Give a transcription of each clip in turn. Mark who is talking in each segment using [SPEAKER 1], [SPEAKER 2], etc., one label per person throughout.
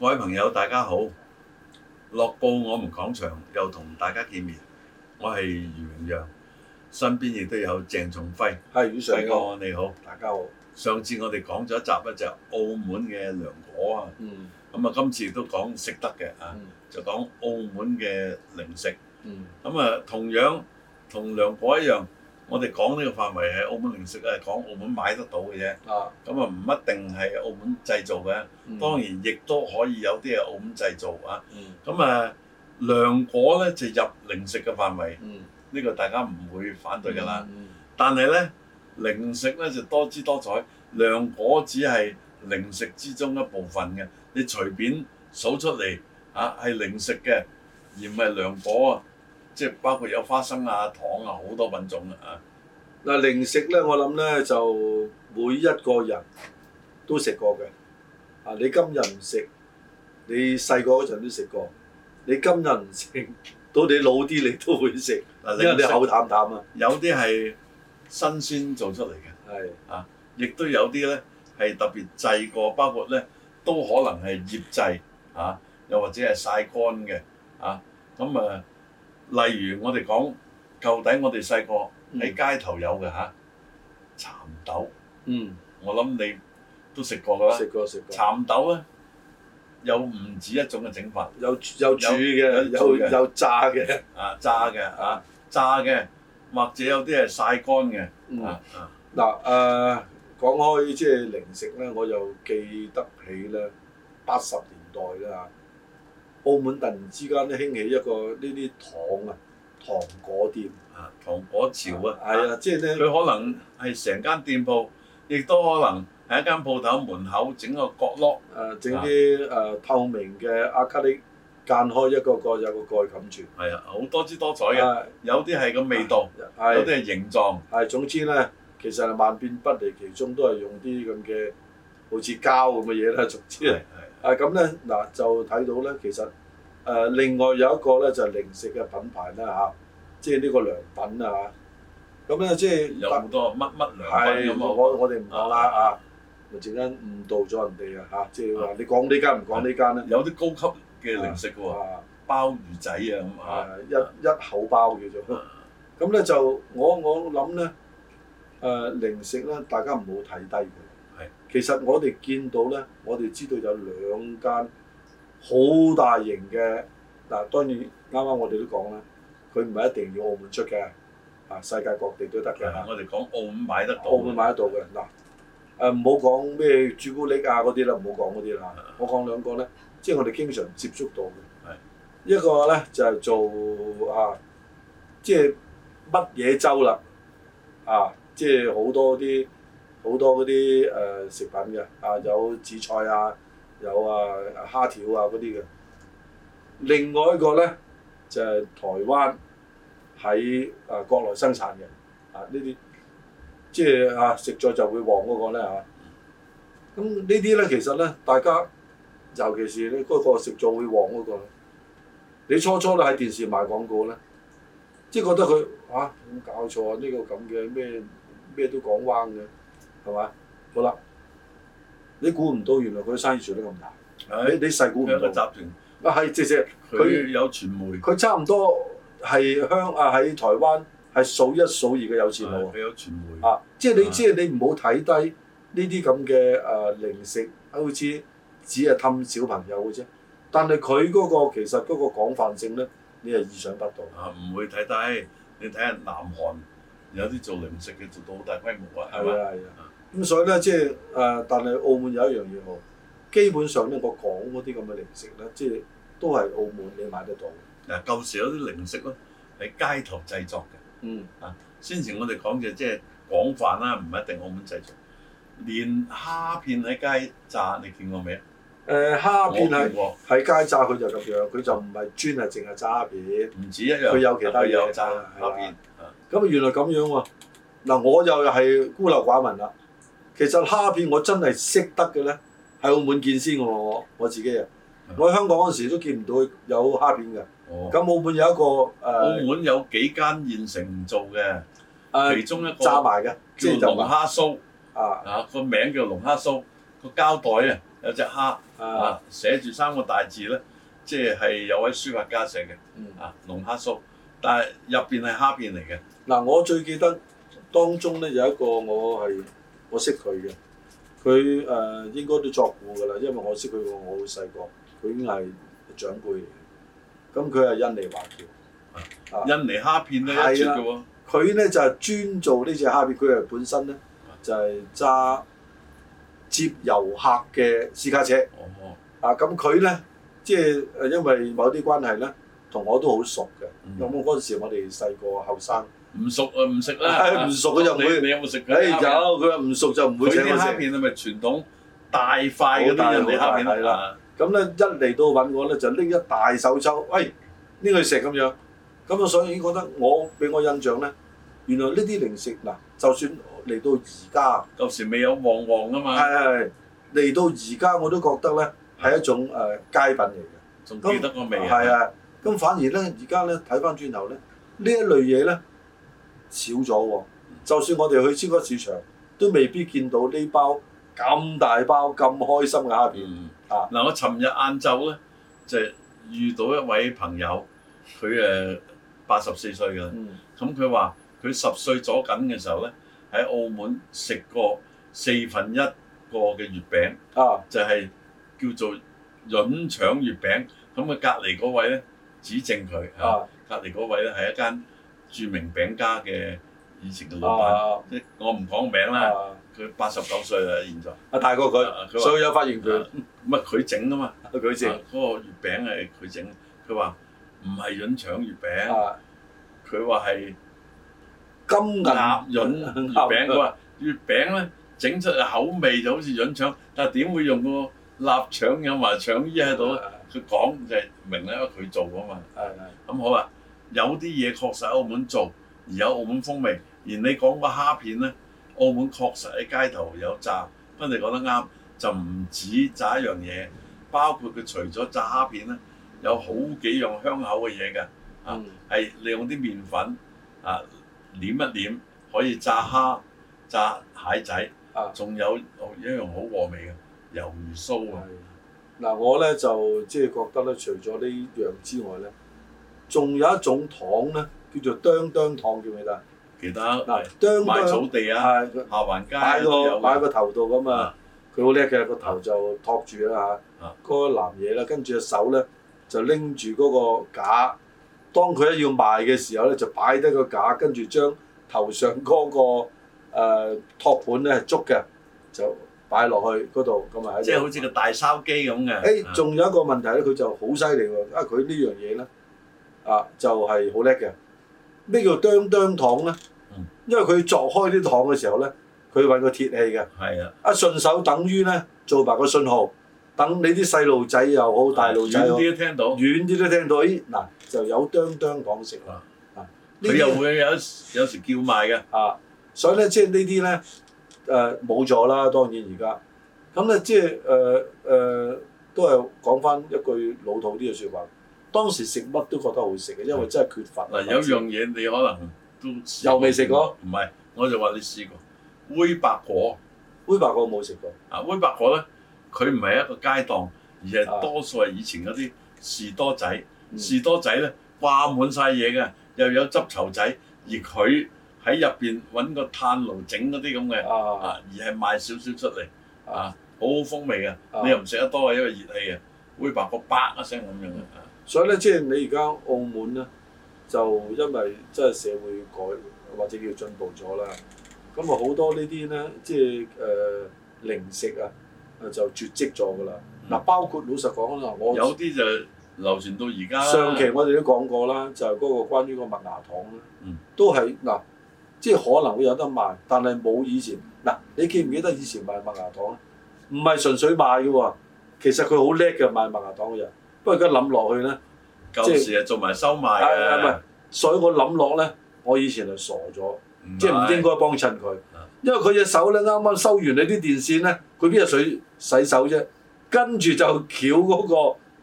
[SPEAKER 1] 各位朋友，大家好！樂報我們講場又同大家見面，我係余榮陽，身邊亦都有鄭仲輝，
[SPEAKER 2] 係宇常
[SPEAKER 1] 輝
[SPEAKER 2] 你好，
[SPEAKER 1] 哥你好。
[SPEAKER 2] 大家好。
[SPEAKER 1] 上次我哋講咗一集咧，就係澳門嘅涼果啊，
[SPEAKER 2] 嗯
[SPEAKER 1] 咁啊今次都講食得嘅啊，
[SPEAKER 2] 嗯
[SPEAKER 1] 就講澳門嘅零食。
[SPEAKER 2] 嗯
[SPEAKER 1] 咁啊，同樣同涼果一樣，我哋講呢個範圍係澳門零食啊，講澳門買得到嘅啫。
[SPEAKER 2] 啊，
[SPEAKER 1] 咁啊，唔一定係澳門製造嘅，當然亦都可以有啲係澳門製造啊。
[SPEAKER 2] 嗯
[SPEAKER 1] 咁啊，涼果咧就入零食嘅範圍，
[SPEAKER 2] 嗯
[SPEAKER 1] 呢、個大家唔會反對㗎啦。
[SPEAKER 2] 嗯
[SPEAKER 1] 但係咧，零食咧就多姿多彩，涼果只係零食之中一部分嘅，你隨便數出嚟啊係零食嘅，而唔係涼果啊，即係包括有花生啊、糖啊好多品種啊。
[SPEAKER 2] 嗱零食咧，我諗咧就每一個人都食過嘅。啊，你今日唔食，你細個嗰陣都食過。你今日唔食，到你老啲你都會食，
[SPEAKER 1] 嗱，
[SPEAKER 2] 因為
[SPEAKER 1] 啊零
[SPEAKER 2] 你口
[SPEAKER 1] 食
[SPEAKER 2] 淡淡啊。
[SPEAKER 1] 有啲係新鮮做出嚟嘅。
[SPEAKER 2] 係
[SPEAKER 1] 亦都有啲咧係特別製過，包括咧都可能係醃製啊，又或者係曬乾嘅啊。咁啊，例如我哋講舊底，我哋細個喺街頭有嘅嚇，蠶豆，
[SPEAKER 2] 嗯
[SPEAKER 1] 我諗你都食過㗎啦。
[SPEAKER 2] 食過食過，
[SPEAKER 1] 蠶豆咧有唔止一種嘅整法
[SPEAKER 2] 有有煮
[SPEAKER 1] 有
[SPEAKER 2] 嘅，
[SPEAKER 1] 煮
[SPEAKER 2] 有
[SPEAKER 1] 嘅
[SPEAKER 2] 有炸嘅。
[SPEAKER 1] 啊，炸嘅啊，炸嘅，或者有啲係曬乾嘅
[SPEAKER 2] 嗯
[SPEAKER 1] 啊啊，
[SPEAKER 2] 嗱誒、呃、講開即係零食咧，我又記得起咧八十年代啦嚇，澳門突然之間咧興起一個呢啲糖啊糖果店，
[SPEAKER 1] 啊糖果潮啊，
[SPEAKER 2] 係啊，即係咧
[SPEAKER 1] 佢可能係成間店鋪，亦都可能係一間鋪頭門口整個角落
[SPEAKER 2] 誒呃整啲誒透明嘅阿卡力間開一個個有個蓋冚住，
[SPEAKER 1] 係啊，好多姿多彩嘅，
[SPEAKER 2] 啊
[SPEAKER 1] 有啲係個味道，有
[SPEAKER 2] 係
[SPEAKER 1] 啲係形狀，
[SPEAKER 2] 係總之咧，其實係萬變不離其宗，都係用啲咁嘅好似膠咁嘅嘢啦，總之
[SPEAKER 1] 係
[SPEAKER 2] 係
[SPEAKER 1] 係
[SPEAKER 2] 啊咁咧嗱就睇到咧，其實誒、呃另外有一個咧就係、零食嘅品牌啦嚇、即係呢個良品啊嚇。咁咧即係
[SPEAKER 1] 有好多乜乜涼品
[SPEAKER 2] 係
[SPEAKER 1] 咁啊，
[SPEAKER 2] 我我哋唔講啦啊，咪陣間誤導咗人哋啊嚇，即係話你講呢間唔講呢間咧
[SPEAKER 1] 有啲高級嘅零食嘅喎，
[SPEAKER 2] 啊
[SPEAKER 1] 鮑魚仔啊咁啊，
[SPEAKER 2] 啊一一口包叫做。
[SPEAKER 1] 啊
[SPEAKER 2] 咁咧就我我諗咧，誒、零食咧，大家唔好睇低佢。
[SPEAKER 1] 係
[SPEAKER 2] 其實我哋見到咧，我哋知道有兩間好大型嘅嗱，當然啱啱我哋都講啦，佢唔係一定要澳門出嘅，啊世界各地都得嘅
[SPEAKER 1] 我哋講澳門買得到，
[SPEAKER 2] 澳門買得到嘅嗱。誒唔好講咩朱古力啊嗰啲啦，唔好講嗰啲啦
[SPEAKER 1] 啊。
[SPEAKER 2] 我講兩個咧，即係我哋經常接觸到
[SPEAKER 1] 係
[SPEAKER 2] 嘅。一個咧就係、做啊，即係乜嘢粥啦，啊，即係好多啲好多嗰啲誒食品嘅，啊有紫菜啊，有啊蝦條啊嗰啲嘅。另外一個咧就係、台灣喺啊國內生產嘅，啊呢啲。即係啊食咗就會旺嗰個咧嚇。咁呢啲咧其實咧，大家尤其是咧嗰個食咗會旺嗰、個咧，你初初咧喺電視賣廣告咧，即係覺得佢嚇冇搞錯啊！呢、個咁嘅咩咩都講彎嘅，係嘛？好啦，你估唔到原來佢生意做得咁大，
[SPEAKER 1] 係
[SPEAKER 2] 你你細估
[SPEAKER 1] 佢有
[SPEAKER 2] 唔
[SPEAKER 1] 個集
[SPEAKER 2] 到。
[SPEAKER 1] 團，
[SPEAKER 2] 啊係，直直
[SPEAKER 1] 佢有傳媒，
[SPEAKER 2] 佢差唔多係香啊喺台灣係數一數二嘅有錢佬啊
[SPEAKER 1] 佢有傳媒，
[SPEAKER 2] 啊！即係你，
[SPEAKER 1] 啊
[SPEAKER 2] 即係你唔好睇低呢啲咁嘅誒零食，啊好似只係氹小朋友嘅啫。但係佢嗰個其實嗰個廣泛性咧，你係意想不到。
[SPEAKER 1] 啊唔會睇低，你睇下南韓有啲做零食嘅做到好大規模啊，係
[SPEAKER 2] 係
[SPEAKER 1] 嘛？
[SPEAKER 2] 啊係啊。咁所以咧，即係誒、呃但係澳門有一樣嘢好，基本上咧，我講嗰啲咁嘅零食咧，即係都係澳門你買得到嘅。
[SPEAKER 1] 嗱，舊時有啲零食咯，係街頭製作嘅。
[SPEAKER 2] 嗯
[SPEAKER 1] 先前我哋講嘅即係廣泛啦，唔一定澳門製造。連蝦片喺街炸，你見過未啊？
[SPEAKER 2] 誒、呃蝦片
[SPEAKER 1] 我
[SPEAKER 2] 係
[SPEAKER 1] 見過，
[SPEAKER 2] 喺街炸，佢就咁樣，佢就唔係專係淨係炸蝦片。
[SPEAKER 1] 唔止一樣。
[SPEAKER 2] 佢有其他嘢
[SPEAKER 1] 佢有炸
[SPEAKER 2] 係
[SPEAKER 1] 蝦片。啊
[SPEAKER 2] 咁啊，原來咁樣喎、嗱，我又係孤陋寡聞啦。其實蝦片我真係識得嘅咧，喺澳門見先嘅喎我我自己啊
[SPEAKER 1] 嗯。
[SPEAKER 2] 我喺香港嗰時都見唔到有蝦片嘅。
[SPEAKER 1] 哦，
[SPEAKER 2] 咁澳門有一個呃誒誒、
[SPEAKER 1] 澳門有幾間現成唔做嘅，其中一個
[SPEAKER 2] 呃炸埋嘅，即係
[SPEAKER 1] 叫
[SPEAKER 2] 就
[SPEAKER 1] 龍
[SPEAKER 2] 話
[SPEAKER 1] 蝦酥
[SPEAKER 2] 啊
[SPEAKER 1] 啊，個名叫龍蝦酥，個膠袋啊有隻蝦
[SPEAKER 2] 啊，
[SPEAKER 1] 啊，寫住三個大字咧，即係有位書法家寫嘅
[SPEAKER 2] 嗯，
[SPEAKER 1] 啊，龍蝦酥，但係入邊係蝦片嚟嘅，
[SPEAKER 2] 嗱，我最記得當中咧有一個我係我識佢嘅，佢誒、呃、應該都作古㗎啦，因為我識佢個我好細個，佢已經係長輩嚟嘅。咁佢係印尼華僑，啊
[SPEAKER 1] 印尼蝦片咧一
[SPEAKER 2] 係
[SPEAKER 1] 絕
[SPEAKER 2] 啦
[SPEAKER 1] 嘅喎，
[SPEAKER 2] 佢咧就係、專做呢只蝦片，佢係本身咧就係、揸接遊客嘅私家車。
[SPEAKER 1] 哦，
[SPEAKER 2] 啊，咁佢咧，即係誒，因為某啲關係咧，同我都好熟嘅。
[SPEAKER 1] 嗯
[SPEAKER 2] 咁我嗰陣時，我哋細個後生，
[SPEAKER 1] 唔熟啊唔食啦，
[SPEAKER 2] 唉唔熟啊佢就唔會
[SPEAKER 1] 你你有冇食
[SPEAKER 2] 誒
[SPEAKER 1] 佢啲
[SPEAKER 2] 有
[SPEAKER 1] 蝦片？
[SPEAKER 2] 佢話唔熟就唔會
[SPEAKER 1] 佢
[SPEAKER 2] 請
[SPEAKER 1] 啲
[SPEAKER 2] 我
[SPEAKER 1] 蝦
[SPEAKER 2] 食。
[SPEAKER 1] 片係咪傳統大塊嗰啲印尼蝦片
[SPEAKER 2] 好大好大係啦
[SPEAKER 1] 啊？
[SPEAKER 2] 咁咧一嚟到揾我咧，就拎一大手抽，喂呢個食咁樣。咁我所以覺得我俾我印象咧，原來呢啲零食嗱，就算嚟到而家，啊
[SPEAKER 1] 舊時未有旺旺啊嘛，
[SPEAKER 2] 係係嚟到而家我都覺得咧係一種誒、呃佳品嚟嘅。
[SPEAKER 1] 仲記得個味
[SPEAKER 2] 係啊，咁反而咧，而家咧睇翻轉頭咧，呢一類嘢咧少咗喎。
[SPEAKER 1] 嗯
[SPEAKER 2] 就算我哋去超級市場，都未必見到呢包咁大包咁開心嘅蝦片。
[SPEAKER 1] 嗯
[SPEAKER 2] 啊
[SPEAKER 1] 嗱，我尋日晏晝咧就遇到一位朋友，佢誒八十四歲㗎啦，
[SPEAKER 2] 嗯，
[SPEAKER 1] 咁佢話佢十歲左緊嘅時候咧，喺澳門食過四分一個嘅月餅，
[SPEAKER 2] 啊，
[SPEAKER 1] 就係、叫做潤腸月餅。咁佢隔離嗰位咧指正佢
[SPEAKER 2] 啊
[SPEAKER 1] 啊，隔離嗰位咧係一間著名餅家嘅以前嘅老闆，
[SPEAKER 2] 啊
[SPEAKER 1] 即係我唔講名啦，
[SPEAKER 2] 啊
[SPEAKER 1] 佢八十九歲啦，現在
[SPEAKER 2] 啊大過
[SPEAKER 1] 啊
[SPEAKER 2] 佢，
[SPEAKER 1] 佢話
[SPEAKER 2] 所以有發言權
[SPEAKER 1] 啊，唔係佢整噶嘛。
[SPEAKER 2] 佢
[SPEAKER 1] 啊
[SPEAKER 2] 正
[SPEAKER 1] 嗰個月餅係佢整，佢話唔係潤腸月餅，
[SPEAKER 2] 啊，
[SPEAKER 1] 佢話係
[SPEAKER 2] 金銀
[SPEAKER 1] 鴨潤月餅。佢
[SPEAKER 2] 鴨
[SPEAKER 1] 話月餅咧整出嚟口味就好似潤腸，但係點會用個臘腸有埋腸衣喺度咧？
[SPEAKER 2] 啊
[SPEAKER 1] 佢講就係明啦，因為佢做啊嘛。
[SPEAKER 2] 係係
[SPEAKER 1] 咁好啊，有啲嘢確實喺澳門做，而有澳門風味。而你講個蝦片咧，澳門確實喺街頭有炸，不過你講得啱，就唔止炸一樣嘢，包括佢除咗炸蝦片咧，有好幾樣香口嘅嘢嘅，
[SPEAKER 2] 嗯
[SPEAKER 1] 係利用啲麵粉啊碾一碾，可以炸蝦、炸蟹仔
[SPEAKER 2] 啊，
[SPEAKER 1] 仲有哦一樣好和味嘅魷魚酥啊，
[SPEAKER 2] 嗱，我咧就即係覺得咧，除咗呢樣之外咧，仲有一種糖咧，叫做當當糖，叫唔記得啊？
[SPEAKER 1] 其
[SPEAKER 2] 嗱
[SPEAKER 1] 他，
[SPEAKER 2] 當
[SPEAKER 1] 賣
[SPEAKER 2] 當
[SPEAKER 1] 草地啊、
[SPEAKER 2] 係
[SPEAKER 1] 下環街啊
[SPEAKER 2] 擺
[SPEAKER 1] 都
[SPEAKER 2] 個
[SPEAKER 1] 有
[SPEAKER 2] 擺
[SPEAKER 1] 嘅
[SPEAKER 2] 個頭度咁啊，佢好叻嘅，個頭就托住啦嚇
[SPEAKER 1] 啊，
[SPEAKER 2] 嗰個男嘢啦，跟住隻手咧就拎住嗰個架，當佢一要賣嘅時候咧，就擺低個架，跟住將頭上嗰個誒托盤咧係捉嘅，就擺落去嗰度，咁啊喺度
[SPEAKER 1] 即係好似個大筲箕咁嘅。啊
[SPEAKER 2] 誒，仲有一個問題咧，佢就好犀利喎！啊，佢呢樣嘢咧，啊就係好叻嘅。咩叫當當糖咧
[SPEAKER 1] 嗯？
[SPEAKER 2] 因為佢鑿開啲糖嘅時候咧，佢揾個鐵器嘅，
[SPEAKER 1] 係啊，
[SPEAKER 2] 一順手等於咧做埋個信號，等你啲細路仔又好，大路仔
[SPEAKER 1] 遠
[SPEAKER 2] 又好
[SPEAKER 1] 啲都聽到，
[SPEAKER 2] 遠啲都聽到，咦嗱就有當當糖食啦
[SPEAKER 1] 啊。
[SPEAKER 2] 啊，呢
[SPEAKER 1] 佢又
[SPEAKER 2] 啲
[SPEAKER 1] 會有有時叫賣嘅。
[SPEAKER 2] 啊，所以咧即係呢啲咧誒冇咗啦，當然而家咁咧即係誒誒都係講翻一句老土啲嘅説話。當時食乜都覺得好食嘅，因為真係缺乏
[SPEAKER 1] 嗯
[SPEAKER 2] 啊
[SPEAKER 1] 嗱，有樣嘢你可能都試
[SPEAKER 2] 又未食過，
[SPEAKER 1] 唔係，我就話你試過煨白果
[SPEAKER 2] 煨白果冇食過，
[SPEAKER 1] 啊，煨白果咧，佢唔係一個街檔，而
[SPEAKER 2] 啊
[SPEAKER 1] 係多數係以前嗰啲士多仔，
[SPEAKER 2] 嗯
[SPEAKER 1] 士多仔咧掛滿晒嘢嘅，又有執籌仔，而佢喺入邊揾個炭爐整嗰啲咁嘅
[SPEAKER 2] 啊
[SPEAKER 1] 啊，而係賣少少出嚟
[SPEAKER 2] 啊
[SPEAKER 1] 啊，好好風味嘅。
[SPEAKER 2] 啊
[SPEAKER 1] 你又唔食得多啊，因為熱氣啊，會白個叭一聲咁樣嘅。啊
[SPEAKER 2] 所以咧即係你而家澳門咧，就因為即係社會改或者叫進步咗啦，咁啊好多呢啲咧即係誒、呃零食啊，啊就絕跡咗㗎啦。嗱、包括老實講啦，
[SPEAKER 1] 嗯
[SPEAKER 2] 我
[SPEAKER 1] 有啲就流傳到而家啦
[SPEAKER 2] 上期我哋都講過啦，就係、嗰個關於個麥芽糖啦，
[SPEAKER 1] 嗯
[SPEAKER 2] 都係嗱，即係可能會有得賣，但係冇以前嗱。你記唔記得以前賣麥芽糖咧？唔係純粹賣嘅喎，其實佢好叻嘅賣麥芽糖嘅人。不過而家諗落去咧，
[SPEAKER 1] 舊時啊做埋收賣
[SPEAKER 2] 係啊係唔係
[SPEAKER 1] 嘅，？
[SPEAKER 2] 所以我諗落咧，我以前係傻咗，
[SPEAKER 1] 係
[SPEAKER 2] 即係唔應該幫襯佢
[SPEAKER 1] 啊，
[SPEAKER 2] 因為佢隻手咧啱啱收完你啲電線咧，佢邊有水洗手啫？跟住就撬嗰個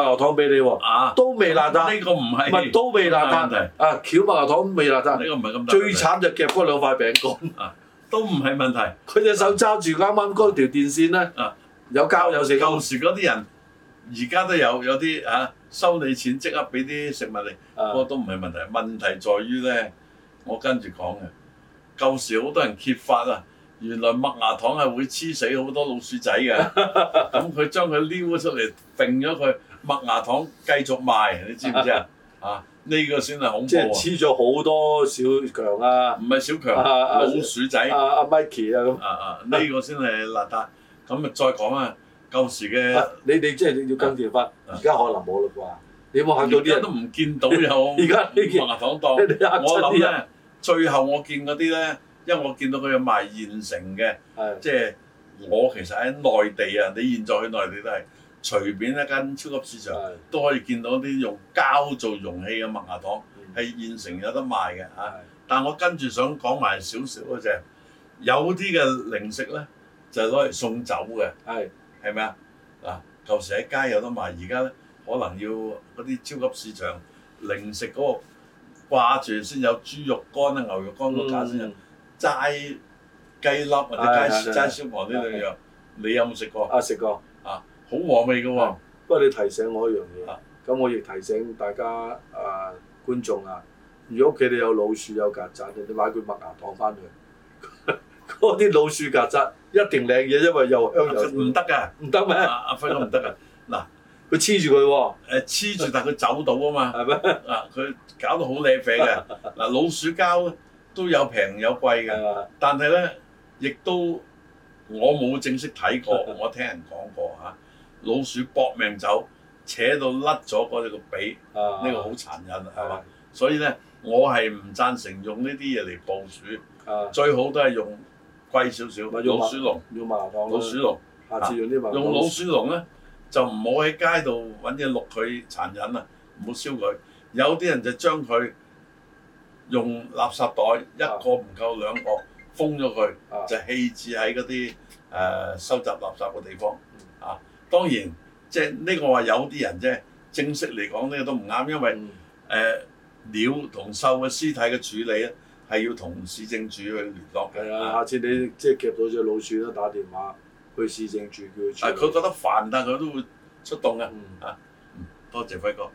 [SPEAKER 2] 麥芽糖俾你喎，
[SPEAKER 1] 啊，
[SPEAKER 2] 都未辣得。
[SPEAKER 1] 呢個唔係
[SPEAKER 2] 唔係都未邋
[SPEAKER 1] 問題
[SPEAKER 2] 遢啊！巧麥芽糖未邋
[SPEAKER 1] 呢
[SPEAKER 2] 遢，
[SPEAKER 1] 個唔係咁大
[SPEAKER 2] 最
[SPEAKER 1] 問題，
[SPEAKER 2] 慘就夾嗰兩塊餅乾。
[SPEAKER 1] 都唔係問題
[SPEAKER 2] 佢隻手揸住啱啱嗰條電線咧，
[SPEAKER 1] 啊！
[SPEAKER 2] 有膠有四
[SPEAKER 1] 舊
[SPEAKER 2] 膠，
[SPEAKER 1] 時嗰啲人而家都有有啲啊收你錢即刻俾啲食物你，不過
[SPEAKER 2] 啊
[SPEAKER 1] 都唔係問題。問題在於咧，我跟住講嘅舊時好多人揭發啊，原來麥芽糖係會黐死好多老鼠仔 嘅，咁佢將佢撩咗出嚟，揈咗佢麥芽糖繼續賣，你知唔知 啊？啊，呢、個先係恐
[SPEAKER 2] 即係
[SPEAKER 1] 怖啊！
[SPEAKER 2] 黐咗好多小強啊，
[SPEAKER 1] 唔係小強，
[SPEAKER 2] 啊啊
[SPEAKER 1] 老鼠仔。
[SPEAKER 2] 阿阿 Mikey 啊咁。
[SPEAKER 1] 啊啊！呢、個先係邋遢。咁啊，再講啊，舊時嘅
[SPEAKER 2] 啊你哋即係要跟進翻，而家可能冇啦啩？你有冇嚇到
[SPEAKER 1] 而
[SPEAKER 2] 啲
[SPEAKER 1] 家
[SPEAKER 2] 人
[SPEAKER 1] 都？唔見到有
[SPEAKER 2] 而家呢件
[SPEAKER 1] 麻糖
[SPEAKER 2] 你
[SPEAKER 1] 檔。
[SPEAKER 2] 哋嚇
[SPEAKER 1] 我
[SPEAKER 2] 親
[SPEAKER 1] 諗
[SPEAKER 2] 啲人
[SPEAKER 1] 咧，最後我見嗰啲咧，因為我見到佢有賣現成嘅，
[SPEAKER 2] 係
[SPEAKER 1] 即係我其實喺內地啊，你現在去內地都係隨便一間超級市場
[SPEAKER 2] 係
[SPEAKER 1] 都可以見到啲用膠做容器嘅麥芽糖，
[SPEAKER 2] 嗯
[SPEAKER 1] 係現成有得賣嘅嚇。
[SPEAKER 2] 係
[SPEAKER 1] 但我跟住想講埋少少嗰隻，有啲嘅零食咧就係攞嚟送酒嘅。
[SPEAKER 2] 係
[SPEAKER 1] 係咪啊？嗱，舊時喺街有得賣，而家咧可能要嗰啲超級市場零食嗰個掛住先有豬肉乾啊、牛肉乾嗰架先有，
[SPEAKER 2] 嗯
[SPEAKER 1] 齋雞粒或者齋
[SPEAKER 2] 係係
[SPEAKER 1] 齋燒鵝呢兩樣，你有冇食過？
[SPEAKER 2] 啊食過。
[SPEAKER 1] 好和味嘅喎
[SPEAKER 2] 係，不過你提醒我一樣嘢
[SPEAKER 1] 啊，
[SPEAKER 2] 咁我亦提醒大家啊觀眾啊，如果屋企你有老鼠有曱甴，你買罐麥芽糖翻去， 嗰啲老鼠曱甴一定靚嘢，因為又香又
[SPEAKER 1] 啊唔得 啊㗎，
[SPEAKER 2] 唔得咩？
[SPEAKER 1] 阿阿輝哥唔得㗎。
[SPEAKER 2] 佢黐住佢喎，
[SPEAKER 1] 誒黐住，但係佢走到啊嘛，
[SPEAKER 2] 係咩？
[SPEAKER 1] 啊佢搞到好靚啡嘅。嗱，老鼠膠呢都有平有貴嘅。
[SPEAKER 2] 係啊
[SPEAKER 1] 但係咧，亦都我冇正式睇 過，我聽人講過嚇、老鼠搏命走，扯到甩咗嗰隻個髀，
[SPEAKER 2] 啊
[SPEAKER 1] 呢、個好殘忍係嘛
[SPEAKER 2] 啊？
[SPEAKER 1] 所以咧，我係唔贊成用呢啲嘢嚟捕鼠，
[SPEAKER 2] 啊，
[SPEAKER 1] 最好都係用貴少少
[SPEAKER 2] 咪用
[SPEAKER 1] 老鼠籠，
[SPEAKER 2] 用麥芽糖啦
[SPEAKER 1] 老鼠籠，
[SPEAKER 2] 下次用啲麥芽糖
[SPEAKER 1] 用老鼠籠咧就唔好喺街度揾嘢淥佢殘忍啊，唔好燒佢。有啲人就將佢用垃圾袋一個唔夠兩個封咗佢。
[SPEAKER 2] 啊
[SPEAKER 1] 就棄置喺嗰啲誒收集垃圾嘅地方啊。當然，即係呢個話有啲人啫，正式嚟講呢個都唔啱，因為誒、
[SPEAKER 2] 嗯
[SPEAKER 1] 呃鳥同獸嘅屍體嘅處理咧係要同市政署去聯絡
[SPEAKER 2] 係
[SPEAKER 1] 嘅。
[SPEAKER 2] 啊，
[SPEAKER 1] 啊
[SPEAKER 2] 下次你即係夾到只老鼠都打電話去
[SPEAKER 1] 啊
[SPEAKER 2] 市政處叫佢處理。
[SPEAKER 1] 佢覺得煩，但佢都會出動嘅。
[SPEAKER 2] 嗯
[SPEAKER 1] 多謝輝哥。